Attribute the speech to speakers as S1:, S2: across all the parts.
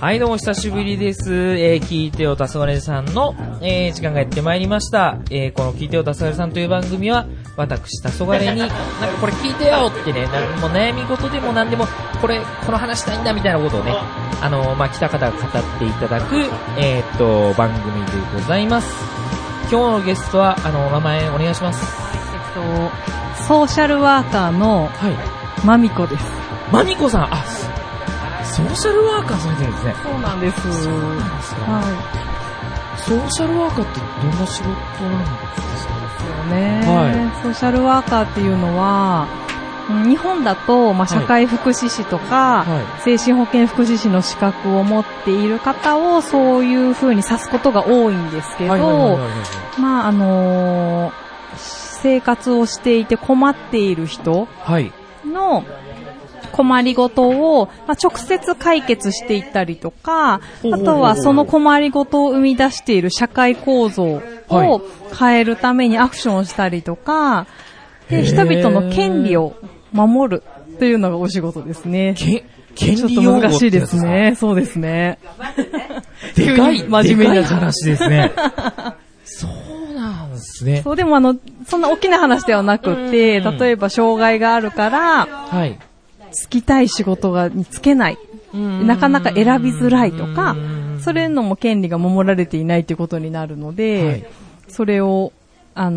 S1: はい、どうも久しぶりです。えー、聞いてよたすがれさんの、えー、時間がやってまいりました。えー、この聞いてよたすがれさんという番組は、私、たそがれに、 なんかこれ聞いてよってね、なんかもう悩み事でも何でも、これ、この話したいんだみたいなことをね、あのーまあ、来た方が語っていただく、えー、っと、番組でございます。今日のゲストは、あの、お名前お願いします。
S2: えっと、ソーシャルワーカーの
S1: はい。
S2: マミコです。
S1: マミコさん、あ、ソーシャルワーカーされてるんですね。
S2: そうなんです。
S1: なんですか
S2: は
S1: ソーシャルワーカーってどんな仕事なんですか
S2: い。ですよね、
S1: は
S2: ソーシャルワーカーっていうのは、うん日本だと、まあ、社会福祉士と
S1: は
S2: か、精神保健福祉士の資格を持っている方をそういう風に指すことが多いんですけど、
S1: はいはいはいはいはい
S2: まああのー生活をしていて困っている人
S1: はい。
S2: の困りごとを、まあ、直接解決していったりとか、
S1: ほうほう
S2: あ
S1: ほう
S2: とはその困りごとを生み出している社会構造を
S1: はい
S2: 変えるためにアクションをしたりとか、
S1: へー
S2: で、人々の権利を守るというのがお仕事ですね。
S1: け、
S2: ち
S1: 権
S2: ょっと
S1: 利用語
S2: 難しい
S1: って
S2: で
S1: やつ
S2: す。ね。そうですね。
S1: でかい、
S2: 急に真面目にな
S1: で
S2: る
S1: かい話ですね。そうなんですね。
S2: そう、でもあの、そんな大きな話ではなくて、
S1: うん
S2: 例えば障害があるから、
S1: はい。
S2: つきたい仕事が、につけない。なかなか選びづらいとか
S1: う、ん
S2: そういうのも権利が守られていないということになるので、
S1: はい
S2: それを、あ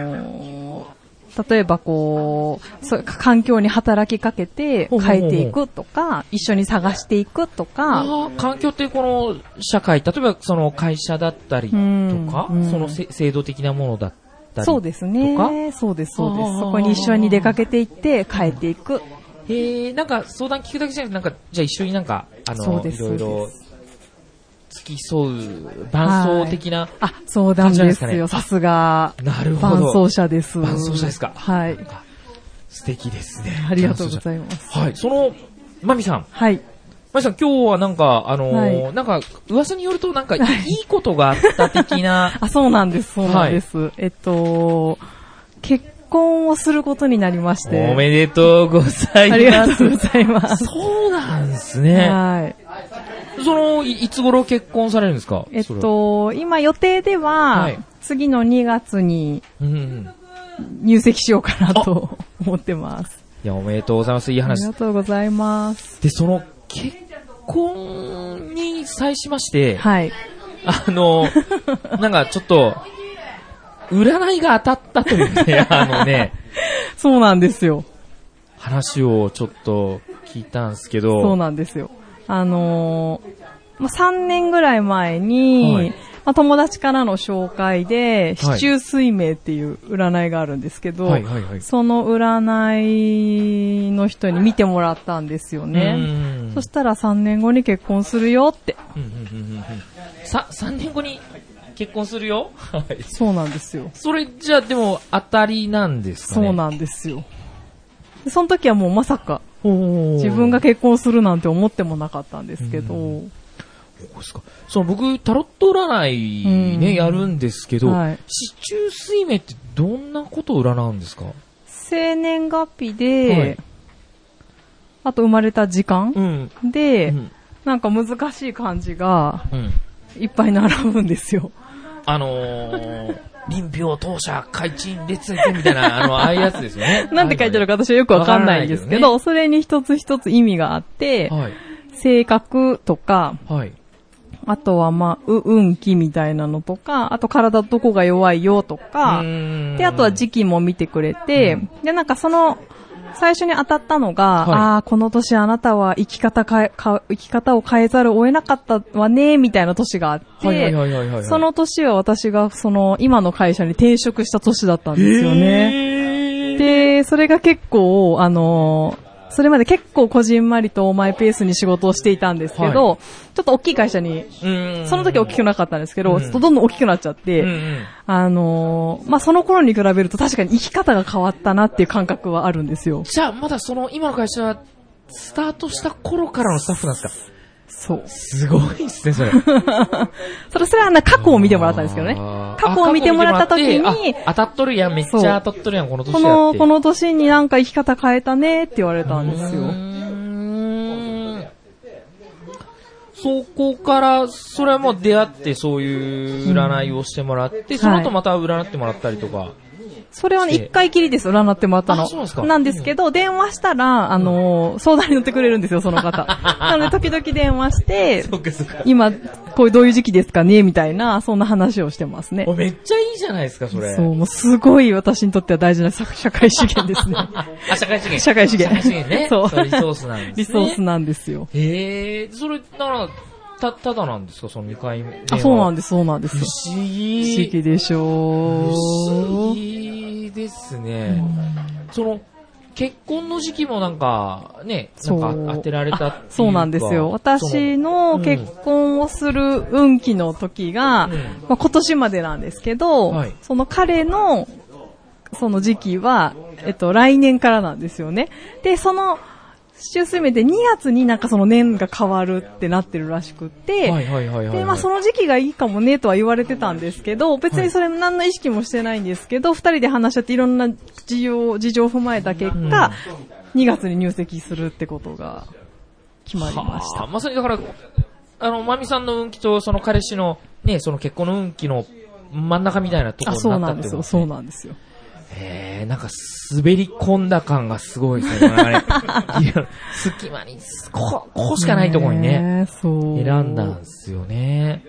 S2: のー例えばこう、そう環境に働きかけて
S1: ほうほうほう
S2: 変えていくとか、一緒に探していくとか、
S1: あー環境ってこの社会、例えばその会社だったりとか、
S2: うんうん
S1: そのせ制度的なものだったり。
S2: そうですね。そうです、そうで
S1: あー
S2: す。そこに一緒に出かけていって変えていく。
S1: へえ、なんか相談聞くだけじゃなくて、なんか、じゃあ一緒になんか、あ
S2: そ
S1: の、
S2: うで
S1: い
S2: す
S1: ろいろ
S2: そうで、
S1: 付き添う、伴奏的な、
S2: あ、そうなん
S1: 感じなんで
S2: です
S1: か
S2: す
S1: ね
S2: よ。さすが、
S1: なるほど。
S2: 伴奏者です。
S1: 伴奏者ですか
S2: はい
S1: なん。か素敵ですね。
S2: ありがとうございます。
S1: はい、その、マミさん。
S2: はい。
S1: マミさん、今日はなんか、あのー
S2: は
S1: なんか、噂によると、なんか、いいことがあった的な、
S2: あ、そうなんです、そうなんです。えっと、結婚をすることになりまして。
S1: おめでとうござい
S2: あ
S1: ます。
S2: りがとうございます。
S1: そうなんです ね。
S2: はい。
S1: その、いいつ頃結婚されるんですか
S2: えっ
S1: それ
S2: と、今予定では、
S1: はい
S2: 次の2月に
S1: うんうん。い
S2: 入籍しようかなと思ってます。
S1: や、おめでとうございます。いい
S2: あり
S1: 話
S2: が。とうございます。
S1: で、その、結婚に際しまして、
S2: はい。
S1: あの、なんかちょっと、占いが当たったという ね、あのね、
S2: そうなんですよ。
S1: 話をちょっと聞いたんですけ
S2: そう
S1: ど、
S2: なんですよ。あのーまあ、3年ぐらい前に、
S1: はい
S2: まあ、友達からの紹介で、
S1: はい
S2: 市中水明っていう占いがあるんですけど、
S1: はいはいはい
S2: その占いの人に見てもらったんですよね。
S1: ね
S2: そしたら3年後に結婚するよって。
S1: うんうんうんうんうんさ、3年後に結婚するよはい
S2: そうなんですよ。
S1: それじゃあでも当たりなんですかね
S2: そうなんですよ。でその時はもうまさか
S1: おー
S2: 自分が結婚するなんて思ってもなかったんですけど、
S1: そうですかその僕、タロット占い
S2: うん
S1: ね、やるんですけど、
S2: はい
S1: 市中水明ってどんなことを占うんですか
S2: 生年月日で、
S1: はい
S2: あと生まれた時間
S1: うん。
S2: で、
S1: うん
S2: なんか難しい漢字が
S1: うん。
S2: いっぱい並ぶんですよ。。
S1: あの ー、臨病当社開陳列列みたいな、あの、ああいうやつですよね
S2: なんて書いてあるか私はよくわかんないんですけ
S1: わからな
S2: ど、それに一つ一つ意味があって、
S1: はい。
S2: 性格とか、
S1: はい。
S2: あとはまあ、う、運気みたいなのとか、あと体どこが弱いよとか、で、あとは時期も見てくれて、で、なんかその、最初に当たったのが、
S1: はい
S2: ああ、この年あなたは生き方かえか、生き方を変えざるを得なかったわね、みたいな年があって、
S1: はいはいはいはいはい。
S2: その年は私がその今の会社に転職した年だったんですよね。
S1: ね
S2: で、それが結構、あのーそれまで結構こじんまりとマイペースに仕事をしていたんですけど、ちょっと大きい会社に、
S1: で
S2: その時大きくなかったんですけど、
S1: うん
S2: ちょっとどんどん大きくなっちゃって、
S1: うんうん
S2: あのーまあ、その頃に比べると確かに生き方が変わったなっていう感覚はあるんですよ。
S1: じゃあ、まだその、今の会社、スタートした頃からのスタッフなんですか
S2: そう。
S1: すごいっすね、それ。
S2: それ、それはな過去を見てもらったんですけどね。
S1: あー
S2: 過去を見てもらっ
S1: あ
S2: た時
S1: 過去見て
S2: に
S1: もらってあ当たっとるやん、めっちゃ当たっとるやん、この年だ
S2: こ
S1: って。
S2: の、この年になんか生き方変えたねって言われたんです
S1: う
S2: よ。
S1: ーんそこから、それはもう出会ってそういう占いをしてもらって、その後また占ってもらったりとか。
S2: それはね、
S1: して
S2: 一回きりです、占ってもらったの。
S1: あそうなんですか
S2: ですけど、電話したら、あのー相談に乗ってくれるんですよ、そ の方。なので、時々電話して、
S1: っかそっか。
S2: 今、こういうどういう時期ですかね、みたいな、そんな話をしてますね
S1: お。めっちゃいいじゃないですか、それ。
S2: そう、もうすごい私にとっては大事な社会資源で すね。
S1: あ、社会資源。
S2: 社会資
S1: 社会
S2: 源
S1: 資源ね。
S2: そう
S1: リソースなんです、ね。
S2: リソースなんですよ。
S1: へえー、それなら、た、ただなんですか、その2回目。
S2: あ、そうなん
S1: で
S2: です、そうなんです。
S1: す。不思議。
S2: 不思議でしょ
S1: 不思
S2: う。
S1: 議ですね。その、結婚の時期もなんか、ね、なんか当てられたっていう
S2: あ
S1: か
S2: そうなんですよ。私の結婚をする運気の時が、
S1: うん
S2: まあ、今年までなんですけど、
S1: はい
S2: その彼のその時期は、えっと、来年からなんですよね。で、その、週数目で2月になんかその年が変わるってなってるらしくって、
S1: はいはいはいはいはい。
S2: で、まあその時期がいいかもねとは言われてたんですけど、別にそれ何の意識もしてないんですけど、二、人で話し合っていろんな事情、事情を踏まえた結果、2月に入籍するってことが決まりまし
S1: はあ
S2: た。
S1: まさにだから、あの、まみさんの運気と、その彼氏の、ね、その結婚の運気の真ん中みたいなとこ
S2: あ、
S1: ろ
S2: そう
S1: に
S2: な
S1: なったっ
S2: んで
S1: て
S2: す
S1: こ
S2: よ、
S1: と
S2: そう
S1: ね。
S2: なんですよ。
S1: へえ、なんか滑り込んだ感がすごいですね。 あれいや隙間に、ここ、ここしかないところにね、
S2: え、そう。
S1: 選んだんですよね。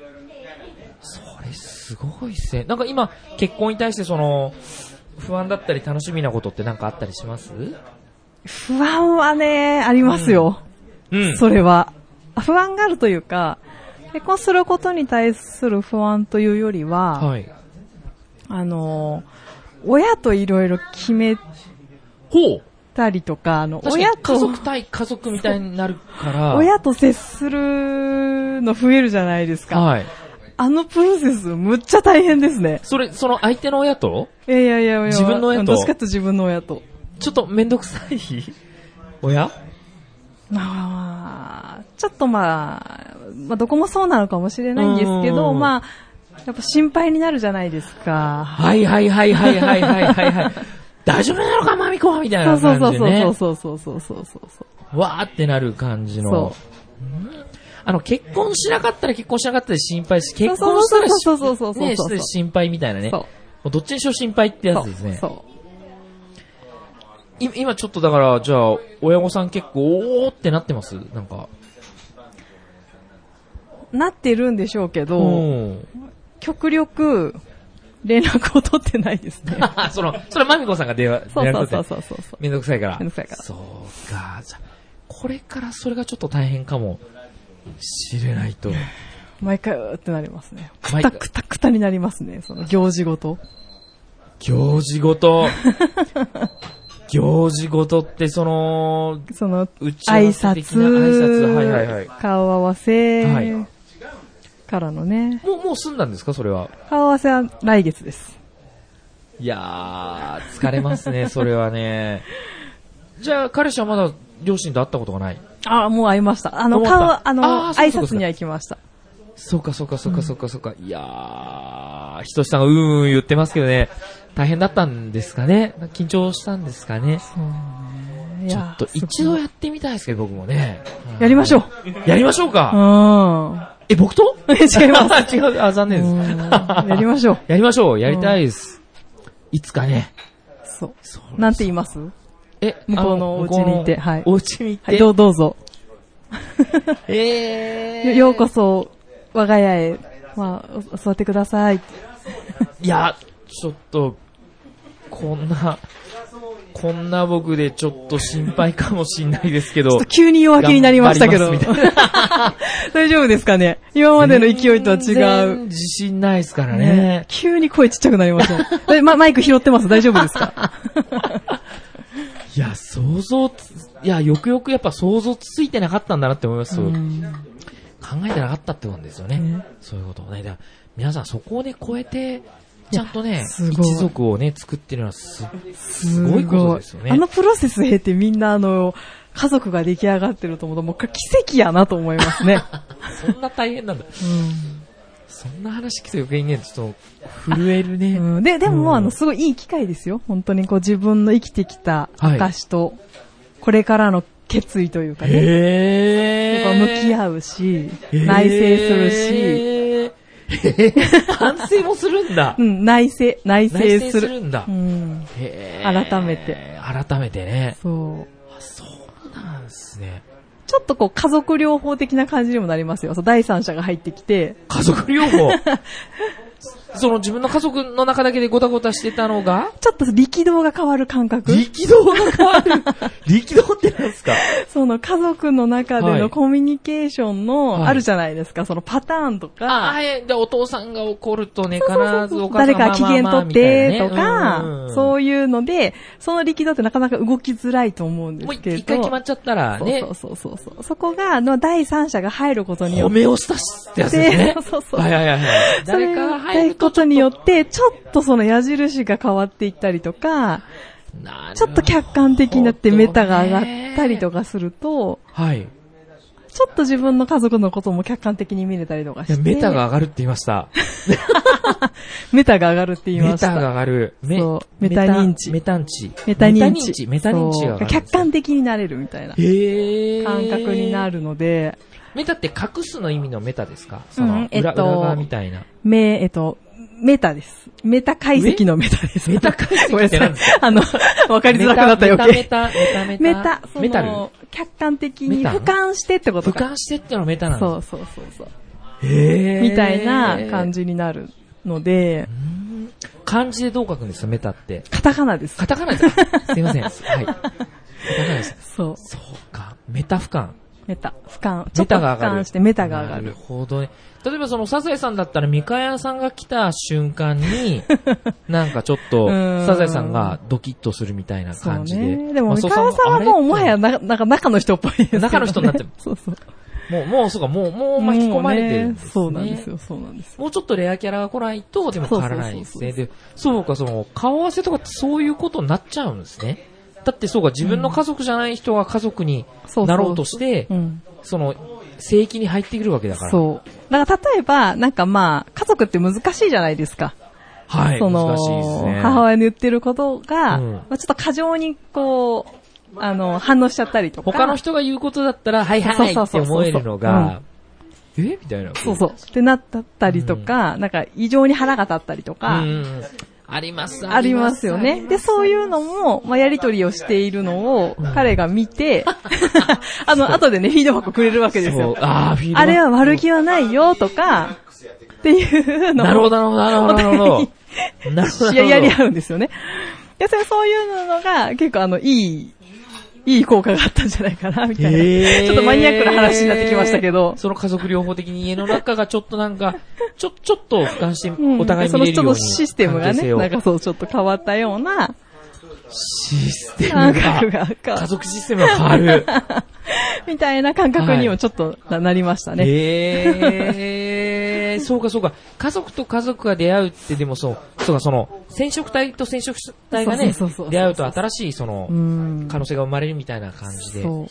S1: それすごいっすね。なんか今、結婚に対してその、不安だったり楽しみなことってなんかあったりします
S2: 不安はね、ありますよ。
S1: うん。
S2: それは。不安があるというか、結婚することに対する不安というよりは、
S1: はい。
S2: あの、親といろいろ決め
S1: ほう
S2: たりとか、あの、
S1: 確か
S2: 親
S1: に家
S2: と、
S1: 族対家族みたいになるから。
S2: 親と接するの増えるじゃないですか。
S1: はい。
S2: あのプロセス、むっちゃ大変ですね。
S1: それ、その相手の親と
S2: いやいやいや、親は
S1: 自分の親と
S2: どっちかっていうと自分の親と。
S1: ちょっとめんどくさい親
S2: まあ、ちょっとまあ、まあ、どこもそうなのかもしれないんですけど、
S1: うん
S2: まあ、やっぱ心配になるじゃないですか。
S1: はいはいはいはいはいはいはいはい。 大丈夫なのか、まみこみたい
S2: そ
S1: な
S2: うそうそ
S1: 感
S2: う
S1: じでね。
S2: そうそうそうそうそうそうそう。
S1: わーってなる感じの。
S2: そ
S1: うんあの、結婚しなかったら結婚しなかったで心配し、
S2: う
S1: 結
S2: そう
S1: 婚したらし
S2: そうそうそうそうそう
S1: ね、して心配みたいなね。
S2: そう
S1: もうどっちにしろ心配ってやつですね。
S2: そう。
S1: い今ちょっとだから、じゃあ、親御さん結構、おーってなってますなんか。
S2: そうなってるんでしょうけど、
S1: うん。
S2: 極力、連絡を取ってないですね。
S1: その、それはまみこさんが電話、
S2: そ う
S1: 連
S2: そ
S1: 絡
S2: う
S1: 取って
S2: そうそうそうそう。
S1: めんどくさいから。
S2: めんどくさいから
S1: そうか。じゃあこれからそれがちょっと大変かもしれない と。
S2: 毎回うーってなりますね。く
S1: 毎
S2: た
S1: 回
S2: くたくたになりますね、その行事ごと。
S1: 行事ごと。行事ごとってその、
S2: その、
S1: 打ち合
S2: 挨
S1: わせ的
S2: 拶、
S1: な挨拶。はいはいはい。
S2: 顔合わせ、
S1: はい
S2: からのね。
S1: もう、もう済んだんですかそれは。
S2: 顔合わせは来月です。
S1: いやー、疲れます ね、それはね。じゃあ、彼氏はまだ両親と会ったことがない。
S2: あ、もう会いました。あの、
S1: 終わった
S2: 顔は、あの、
S1: あーそう
S2: 挨
S1: いうことです
S2: 拶
S1: か
S2: には行きました。
S1: そうかそうかそうかそうかそうか。いやー、ひとしさんがうーん言ってますけどね、大変だったんですかね緊張したんですかね
S2: い
S1: ちょ
S2: や
S1: っと一度やってみたいですけど、僕もね。
S2: やりましょう。
S1: やりましょう
S2: う
S1: か
S2: ん。
S1: え、僕と
S2: 違いま
S1: 違う、あ、残念です。
S2: うんやりましょう。
S1: やりましょう、やりたいです。いつかね。
S2: そう。
S1: そう
S2: なんて言います
S1: え、
S2: 向こうの
S1: あ
S2: お家にいて
S1: 向こうの
S2: はい
S1: お家にいて。
S2: はい、どうどうぞ。
S1: えー。
S2: ようこそ、我が家へ、まあ、お座ってください。
S1: いや、ちょっと、こんな、こんな僕でちょっと心配かもしんないですけど。
S2: 急に弱気になりましたけど
S1: 頑張りますみたい。
S2: 大丈夫ですかね今までの勢いとは違
S1: 全然
S2: う。
S1: 自信ないですから
S2: ね
S1: ね。
S2: 急に声ちっちゃくなり ました。えま、マイク拾ってます大丈夫ですか
S1: いや、想像つ、いや、よくよくやっぱ想像ついてなかったんだなって思います。そう考えてなかったってことですよね。
S2: ね
S1: そういうことをね。だから皆さんそこをね、超えて、ちゃんとね、
S2: すごい
S1: 一族をね、作ってるのはす、
S2: す
S1: すごいことですよね
S2: あのプロセス経てみんなあの、家族が出来上がってると思うと、もうこれ奇跡やなと思いますね。
S1: そんな大変なんだ。
S2: うん
S1: そんな話聞くと余計にね、ちょっと、震えるね。
S2: うんで、でも、
S1: うん
S2: あの、すごいいい機会ですよ。本当にこう自分の生きてきた証と、これからの決意というかね、
S1: へ
S2: そこは向き合うし、内省するし、
S1: し。へー 反省もするんだ
S2: う。ん、内省、内省
S1: 内省
S2: す
S1: す
S2: る。
S1: るんだ
S2: う。ん、
S1: へー
S2: 改めて。
S1: 改めてね。
S2: そう。
S1: あそうなんですね。
S2: ちょっとこう家族療法的な感じにもなりますよ。そう第三者が入ってきて、
S1: 家族療 法。その自分の家族の中だけでごたごたしてたのが、
S2: ちょっと力道が変わる感覚。
S1: 力道が変わる。 力道って何ですか
S2: その家族の中で
S1: は
S2: の
S1: い
S2: コミュニケーション
S1: はい
S2: の、あるじゃないですか、そのパターンと
S1: あ、
S2: か、
S1: はい。で、お父さんが怒るとね、必ずお母さん
S2: 誰
S1: がまあ
S2: か機嫌
S1: まあまあ
S2: 取ってと
S1: みたいなね
S2: か、
S1: う
S2: そ
S1: いう
S2: いうので、その力道ってなかなか動きづらいと思うんで
S1: もう
S2: すけど。
S1: 一回決まっちゃったらね、
S2: そうそうそうそう。そこが、あの第三者が入ることによ
S1: 褒
S2: っ
S1: めをしたしってやつですね
S2: て、。 そうそう。
S1: はいはいはいはい。
S2: そ
S1: 誰
S2: れ
S1: かが
S2: を
S1: 入
S2: 入
S1: る
S2: る
S1: と
S2: こ、とによって、ちょっとその矢印が変わっていったりとか、
S1: なる
S2: ちょっと客観的になって
S1: ほどね
S2: メタが上がったりと。かすると、
S1: はい。い
S2: ちょっと自分の家族のことも客観的に見れたりとかし
S1: や
S2: て。
S1: メタが上がるって言いました。
S2: メタが上がるって言い
S1: メ
S2: ました。
S1: タが上がる。メ
S2: そうメタ認知
S1: メタンチ。
S2: メタ認知。
S1: メタ認知が上
S2: そ
S1: が
S2: う
S1: る。
S2: 客観的になれるみたい
S1: へ
S2: な
S1: ー
S2: 感覚にな。るので、
S1: メタって隠すの意味のメタですかその
S2: う
S1: 裏,、
S2: んえっと
S1: 裏側みたいな。
S2: メ、えっと、メタです。メタ解析のメタです。
S1: メタ解析って
S2: ごめんなさ
S1: 何
S2: い
S1: です。
S2: あの、わかりづらくなったよ、余
S1: メ
S2: 計。
S1: タ、メタ、メタ、
S2: メタ、そ
S1: メタル
S2: の、客観的に
S1: メタ
S2: 俯瞰してってこと
S1: 俯
S2: か。
S1: 瞰してってのはメタな
S2: そ
S1: の
S2: うそうそうそう。
S1: へー
S2: みたいな感。じになるので、
S1: 漢字でどう書くんですかメタって。
S2: カタカナです
S1: カ。タカナですかすいません。はい。カタカナです。
S2: そう。
S1: そうか。メタ俯瞰。
S2: メタ、俯瞰。ちょ
S1: メ
S2: っと
S1: タが上
S2: 俯
S1: がる。
S2: 瞰してメタが上が
S1: なる
S2: る。
S1: ほどね。例えばそのサザエさんだったら、ミカヤさんが来た瞬間 に、なんかちょっと
S2: う、ーん
S1: サザエさんがドキッとするみたいな感じで。
S2: でも、
S1: マス
S2: 三
S1: オ
S2: 河さんは
S1: あれ
S2: もう、もはやな、なんか中の人っぽいですけどね
S1: 中の人になってる
S2: そうそう。
S1: もう、もう、そうか、もう、もう巻き込まれてるんです、ね。
S2: そうなんですよ、そうなんですよ。
S1: もうちょっとレアキャラが来ないと、でも変わらないですね。で、そうか、その、顔合わせとかってそういうことになっちゃうんですね。だってそうか、自分の家族じゃない人が家族に
S2: そうそう
S1: なろうとして、
S2: うん。
S1: その、聖域に入ってくるわけだから。
S2: そう。だから例えば、なんかまあ、家族って難しいじゃないですか。
S1: はい、
S2: その、
S1: 難しいですね。
S2: 母親の言ってることが、
S1: うん
S2: まあ、ちょっと過剰にこう、あの、反応しちゃったりとか。
S1: 他の人が言うことだったら、はい
S2: そ
S1: は
S2: う
S1: い
S2: そう
S1: っ
S2: そ
S1: て
S2: うそう
S1: 思えるのが、えみたいな。
S2: そうそう。ってなったりとか、なんか異常に腹が立ったりと
S1: うん
S2: か、
S1: うんあります、
S2: ありますよね。で、そういうのも、まあ、やりとりをしているのを、彼が見て、 あの、後でね、フィードバックくれるわけで
S1: そ
S2: す
S1: う
S2: よ。
S1: ああ、フィードバック
S2: あれは悪気はないよ、とか、っていうのを。
S1: なるほど、なるほど、なるほど。なるほど。
S2: いや、やり合うんですよね。いや、それそういうのが、結構あの、いい、いい効果があったんじゃないかな、みたいな。
S1: へー
S2: ちょっとマニアックな話になってきましたけど。
S1: その家族療法的に家の中がちょっとなんか、ちょ、ちょっと俯瞰して
S2: うん
S1: お互い見れるよ
S2: そうの
S1: に。
S2: 人のシステムが
S1: 関係性
S2: ね、
S1: を
S2: なんかそう、ちょっと変わったような
S1: システム
S2: 感覚
S1: が、
S2: が変わ
S1: 家族システムが変わ る。
S2: みたいな感覚にもちょっとななりましたね。
S1: ええー、そうかそうか。家族と家族が出会うって、でもそう、そうか、その、染色体と染色体がね
S2: そうそうそうそ、う
S1: 出会うと新しい、その
S2: う、ん
S1: 可能性が生まれるみたいな感じで。
S2: そう。あ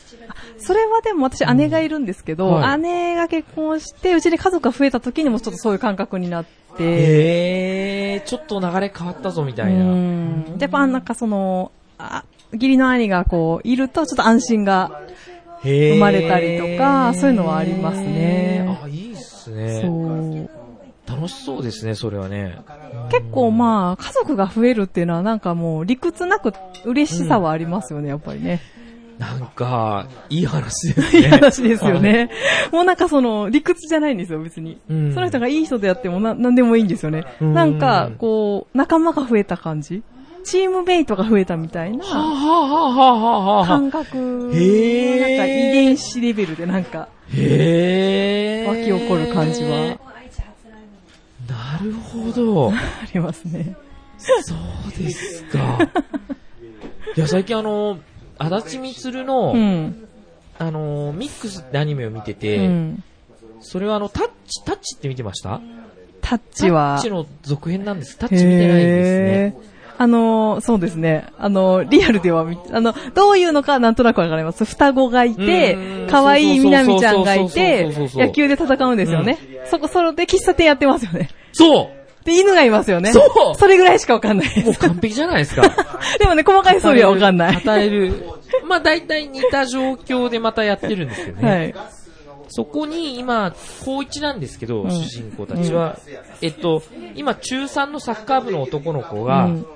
S2: それはでも私姉がいるんですけど、
S1: うんはい
S2: 姉が結婚して、うちで家族が増えた時にもちょっとそういう感覚になって、
S1: ええー、ちょっと流れ変わったぞみたいな。
S2: うんやっぱなんかその、あ義理の兄がこう、いるとちょっと安心が、
S1: 生
S2: 生まれたりとかそういうのはありますね
S1: あ、いいっす
S2: そ
S1: ね。
S2: う。
S1: 楽しそうですね、それはね。
S2: 結構まあ、家族が増えるっていうのはなんかもう理屈なく嬉しさはありますよね、やっぱりね。
S1: なんか、いい話です
S2: い
S1: ね。
S2: い話ですよね。もうなんかその、理屈じゃないんですよ、別に。
S1: うん
S2: その人がいい人であってもな、なんでもいいんですよね。
S1: うん
S2: なんか、こう、仲間が増えた感じチームメイトが増えたみたい
S1: あ。はあ
S2: な
S1: はあはあはあはあ。
S2: 感覚のなんか
S1: へー
S2: 遺伝子レベルでなんか、
S1: へえ。
S2: 湧き起こる感じは。
S1: なるほ ど。
S2: ありますね。
S1: そうですか。いや、最近あの、足立みつるの、
S2: うん。
S1: あの、ミックスってアニメを見てて、
S2: うん。
S1: それはあの、タッチ、タッチって見てました
S2: タッチは。
S1: タッチの続編なんです。タッチ見てないですね。
S2: へーあのー、そうですね。あのー、リアルでは見、あの、どういうのかなんとなくわかります。双子がいて
S1: うん、
S2: 可愛いみなみちゃんがいて
S1: そうそうそうそうそうそう、そう
S2: 野球で戦うんですよね。そこ、それで喫茶店やってますよね。
S1: そう
S2: で、犬がいますよね。
S1: そう
S2: それぐらいしかわかんないで
S1: もう
S2: す。
S1: 完璧じゃないですか。
S2: でもね、細かい装備はわかんない。
S1: 与える。まあ大体似た状況でまたやってるんですけどね。
S2: はい。
S1: そこに今、高一なんですけど、主人公たちは。えっと、今中3のサッカー部の男の子が、
S2: うん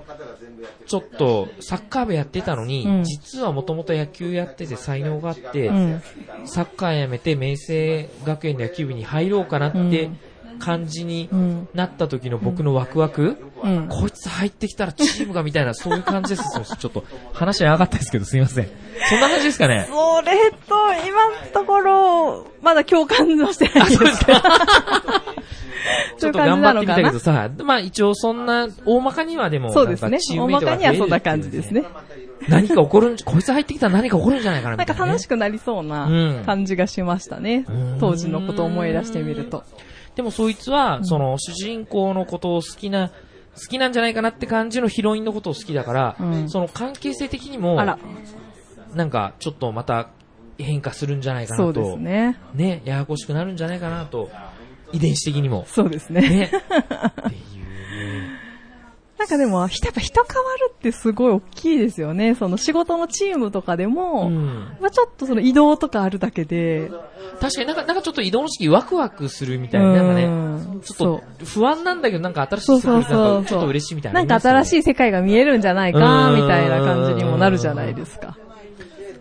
S1: ちょっとサッカー部やってたのに、
S2: うん
S1: 実はもともと野球やってて才能があって、
S2: うん。
S1: サッカーやめて明星学園の野球部に入ろうかなって感じに
S2: うん。
S1: なった時の僕のワクワク、
S2: うん。
S1: こいつ入ってきたらチームがみたいな、そういう感じです。そうちょっと話長かったですけど、すいません。そんな感じですかね。
S2: それと、今のところ、まだ共感はしてないんです けど。
S1: ちょっと頑張ってみたけどさ、まあ一応そんな、大まかにはでも、
S2: そうですね。大まかにはそんな
S1: なか
S2: 感じですね。
S1: 何か起こるんじ、こいつ入ってきたら何か起こるんじゃないかな
S2: な
S1: み
S2: ん
S1: た
S2: か
S1: いな、ね。
S2: 楽しくなりそう
S1: う
S2: なん感じがしましたね
S1: うん。
S2: 当時のことを思い出してみると。
S1: でもそいつは、その主人公のことを好きな、好きなんじゃないかなって感じのヒロインのことを好きだから、
S2: うん
S1: その関係性的にも
S2: あ、ら、
S1: なんかちょっとまた変化するんじゃないか
S2: そ
S1: な
S2: うです
S1: と、
S2: ね。
S1: ね、ややこしくなるんじゃないかなと、遺伝子的にも。
S2: そうですね。
S1: ね。っていうね。
S2: なんかでも、ひやっぱ人変わるってすごい大きいですよね。その仕事のチームとかで
S1: う
S2: も、
S1: ん
S2: まあちょっとその移動とかあるだけで、
S1: 確かになんか、なんかちょっと移動式ワクワクするみたいな、なんかね、
S2: うん
S1: ち
S2: そ
S1: ょ
S2: う
S1: っと不安なんだけど、なんか新し
S2: そう
S1: い作
S2: そう
S1: 品な
S2: そ
S1: ん
S2: う。
S1: かちょっと嬉しいみたいな。
S2: なんか新し
S1: い。
S2: い世界が見えるんじゃないか、みたいな感じにもなるじゃないですか。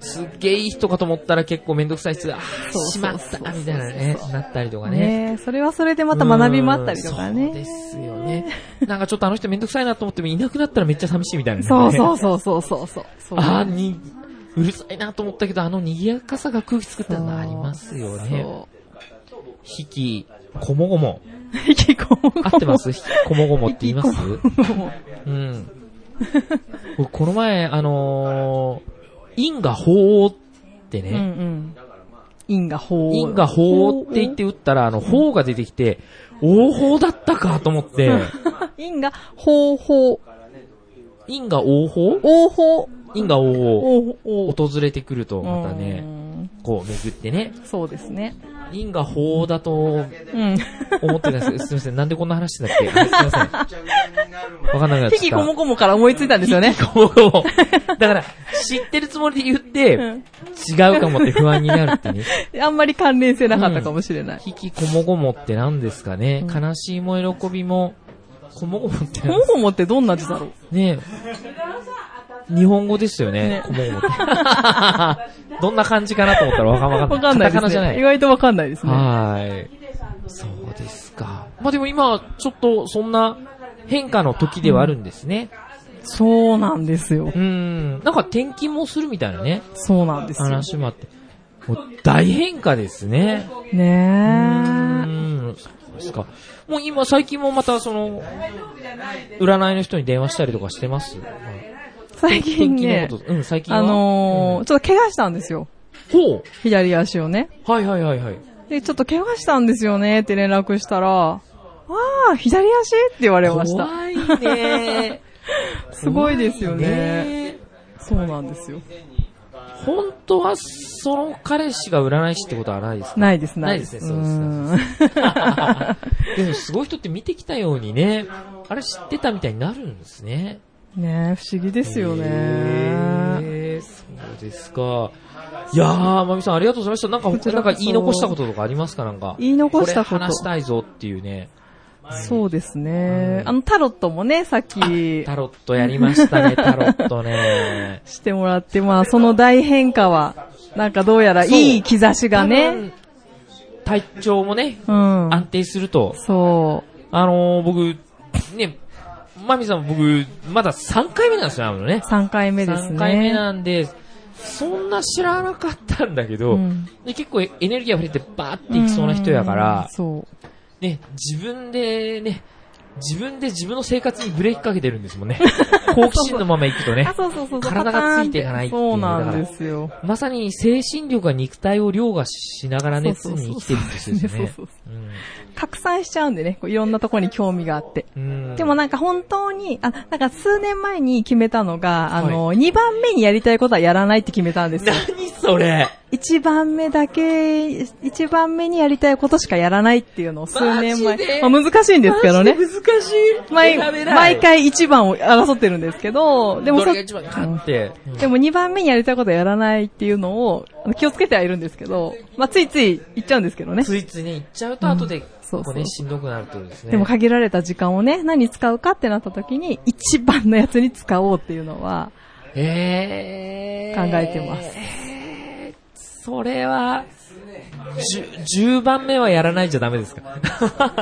S1: すっげえいい人かと思ったら結構めんどくさい人、あ
S2: そう
S1: ー、
S2: そう
S1: し
S2: そう
S1: まったみたいなね、なったりとかね。
S2: ねそれはそれでまた学びもあったりとか
S1: うんそうで
S2: ね。
S1: すよね。なんかちょっとあの人めんどくさいなと思ってもいなくなったらめっちゃ寂しいみたいな、ね。。
S2: そうそううそうそうそうそう。そう
S1: あーに、うるさいなと思ったけど、あの賑やかさが空気作ったのありますよね。
S2: そ
S1: 引き、こもごも。
S2: う。引きこもごも
S1: 合ってます引きこもごもって言います
S2: 引きこもごも
S1: うん。僕この前、あのー、因が法って
S2: うんう
S1: ね、
S2: ん。因が法。
S1: 因が法って言って打ったら、あの、法が出てきて、王法だったかと思って、
S2: 因が法法。
S1: 因が王法
S2: 王法。
S1: 因が王法。
S2: 王王。
S1: 訪れてくると、また
S2: う
S1: ね、
S2: ん
S1: こう巡ってね、
S2: そうですね。
S1: 因が法だと
S2: うん。
S1: 思ってたんですけど、 すいません、なんでこんな話してたっけあすいません。わかんなくなっちゃった。
S2: 引きこもごもから思いついたんですよね。
S1: こうだから、知ってるつもりで言って、
S2: うん
S1: 違うかもって不安になるってね。
S2: あんまり関連性なかったかもしれない。
S1: 引きこもごもって何ですかね、悲しいも喜びも、こもごもって
S2: こ
S1: 何
S2: もごもってどんな字だろう
S1: ねえ日本語ですよね
S2: ね、
S1: こもごもって。 どんな感じかなと思ったらわかんわか
S2: わ
S1: んない。
S2: か
S1: カタカ
S2: んないで
S1: ナじ
S2: す
S1: ゃな
S2: ね。意
S1: い。
S2: 外とわかんないですね。
S1: はーい。そうですか。まあでも今、ちょっとそんな変化の時ではあるんですね。
S2: そうなんですよ
S1: う。ん。なんか転勤もするみたいなね。
S2: そうなんですよ。
S1: 話もあって。もう大変化ですね。う
S2: ね
S1: ん。そうですか。もう今、最近もまたその、占いの人に電話したりとかしてます。
S2: え。最近
S1: 天気の
S2: ね
S1: こ、と、うん、最近は。
S2: あのー、ちょっと怪我したんですよ。
S1: ほ
S2: 左足をね。
S1: うはいはいはいはい。
S2: で、ちょっと怪我したんですよねって連絡したら、ああ、左足って言われました。
S1: 怖いね
S2: すごいですよね
S1: 怖いね
S2: そうなんですよ。
S1: 本当は、その彼氏が占い師ってことはないです か
S2: ないです、
S1: ないですね、そうです。でもすごい人って見てきたようにね、あれ知ってたみたいになるんですね。
S2: うん ねえ、不思議ですよね。
S1: へーそうですか。いやー、まみさんありがとうございました。なんか、
S2: こち
S1: な
S2: ら
S1: ん
S2: こそ
S1: か言い残したこととかありますかなんか。
S2: 言い残したこと
S1: れ話したいぞっていうね。
S2: そうですね。
S1: うん
S2: あの、タロットもね、さっき
S1: タロットやりました ね、タロットね。
S2: してもらって、まあ、その大変化は、なんかどうやらいい兆しがね。
S1: 多分。体調もね、
S2: うん。
S1: 安定すると。
S2: そ
S1: あのー、僕、ね、まみさん僕、まだ3回目なんですよ、あのね
S2: う。。3回目ですね。
S1: 3回目なんで、そんな知らなかったんだけど、
S2: うん
S1: で結構エネルギー溢れてバーっていきそうな人やから
S2: うん、そ
S1: ね、自分でね、自分で自分の生活にブレーキかけてるんですもん ね。好奇心のまま行くと
S2: う。
S1: ね
S2: あ、。そうそうそうそう。
S1: 体がついていかないっていう
S2: そうなんですよ。
S1: まさに精神力が肉体を凌駕しながらね、
S2: そ
S1: 常
S2: うそうそう
S1: に生きてるんですよね
S2: そうそう。拡散しちゃうんでね、こういろんなところに興味があって。
S1: うんうん
S2: でもなんか本当に、あ、なんか数年前に決めたのが、あの、
S1: は
S2: 2番目にやりたいことはやらないって決めたんですよ。
S1: 何それ
S2: 一番目だけ、一番目にやりたいことしかやらないっていうのを数年
S1: マジで
S2: 前。まあ難しいんですけどね。
S1: マジで難しい。
S2: 毎
S1: 選べない
S2: 毎。回一番を争ってるんですけど、でも
S1: ど
S2: そ
S1: れが一番かって。うん
S2: でも2番目にやりたいことやらないっていうのをあの気をつけてはいるんですけど、まあついつい言っちゃうんですけどね。
S1: ついついね、行っちゃうと後で、
S2: そう
S1: こ
S2: そう
S1: うね、しんどくなるってことですね。
S2: でも限られた時間をね、何使うかってなった時に、一番のやつに使おうっていうのは、
S1: えー、
S2: 考えてます
S1: す。それは、じゅ10番目はやらないじゃダメですか。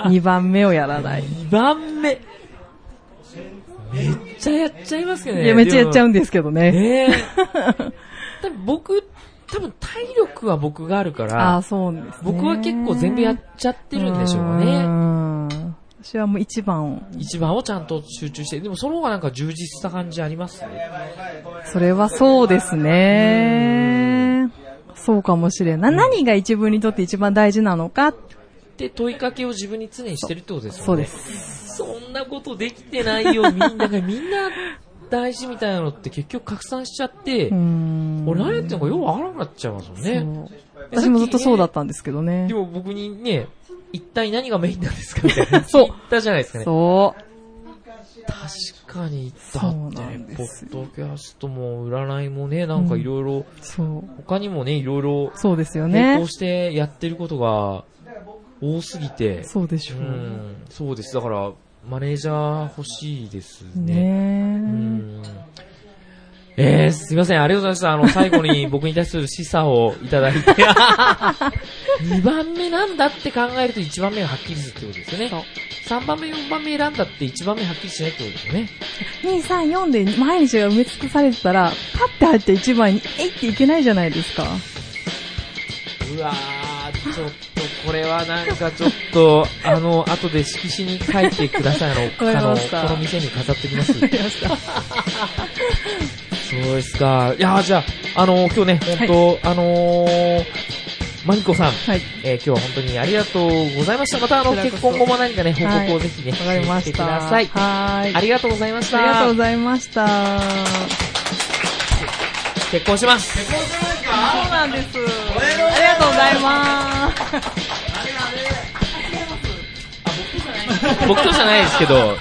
S2: 2番目をやらない。
S1: 2番目。めっちゃやっちゃいますよね。
S2: いや、めっちゃやっちゃうんんですけど
S1: で。
S2: ね。
S1: ねえ。多分僕、多分体力は僕があるか
S2: ああ、
S1: ら、
S2: そうです、ね。
S1: 僕は結構全部やっちゃってるんでしょうね。
S2: ね。私はもう一番を、
S1: 一番をちゃんと集中して、でもその方がなんか充実した感じありますね。
S2: それはそうですね。そうかもしれない。な何が一分にとって一番大事なのか、
S1: で、問いかけを自分に常にしてるってことです
S2: そ
S1: よ
S2: う
S1: ね
S2: で。す。
S1: そんなことできてないよ、みんな。がみんな大事みたいなのって結局拡散しちゃって、
S2: うーん。
S1: 俺何やってんのかよくわからなくなっちゃいますもんね。
S2: そう私もずっとそうだったんですけどね
S1: で。も僕にね、一体何がメインなんですかみたいな。
S2: そう
S1: 言ったじゃないですかね。
S2: そう。
S1: 確かに、だ
S2: そ
S1: っ
S2: う
S1: て
S2: なん
S1: ね、
S2: で
S1: ポ
S2: す
S1: ッ
S2: よ
S1: ドキャストも占いもね、なんかいろいろ、
S2: そう。
S1: 他にもね、いろいろ
S2: そうですよ
S1: 並
S2: ね
S1: 行。してやってることが多すぎて、
S2: そうでしょ
S1: う
S2: う。
S1: ん、そうです。だから、マネージャー欲しいですね。
S2: ね
S1: えー、すいません、ありがとうございました。あの、最後に僕に対する示唆をいた だいて、2番目なんだって考えると1番目がはっきりするってことですよね。3番目、4番目選んだって1番目はっきりしないってことですよね。
S2: え。2、3、4で毎日が埋め尽くされてたら、パッて入って一番に、えいっていけないじゃないです か。
S1: うわー、ちょっと、これはなんかちょっと、あの、後で色紙に書いてください。あ
S2: わ
S1: の、
S2: か
S1: あ
S2: り
S1: の、
S2: ま
S1: こ
S2: した
S1: の店に飾ってきます。そうですか。いやーじゃあ、あのー今日ね、本当、あのー、マニコさん、
S2: はい。
S1: えー今日は本当にありがとうございました。またあの、
S2: こちらこ
S1: 結
S2: そ
S1: 婚後も何かね、報
S2: はい
S1: 告をぜひね、
S2: わかりまし
S1: してく
S2: た。
S1: ださい。
S2: はーい。
S1: ありがとうございました。
S2: ありがとうございました。
S1: 結婚します。
S2: そうなんです。ありがとうございます。
S1: 僕とじゃないですけど、はい。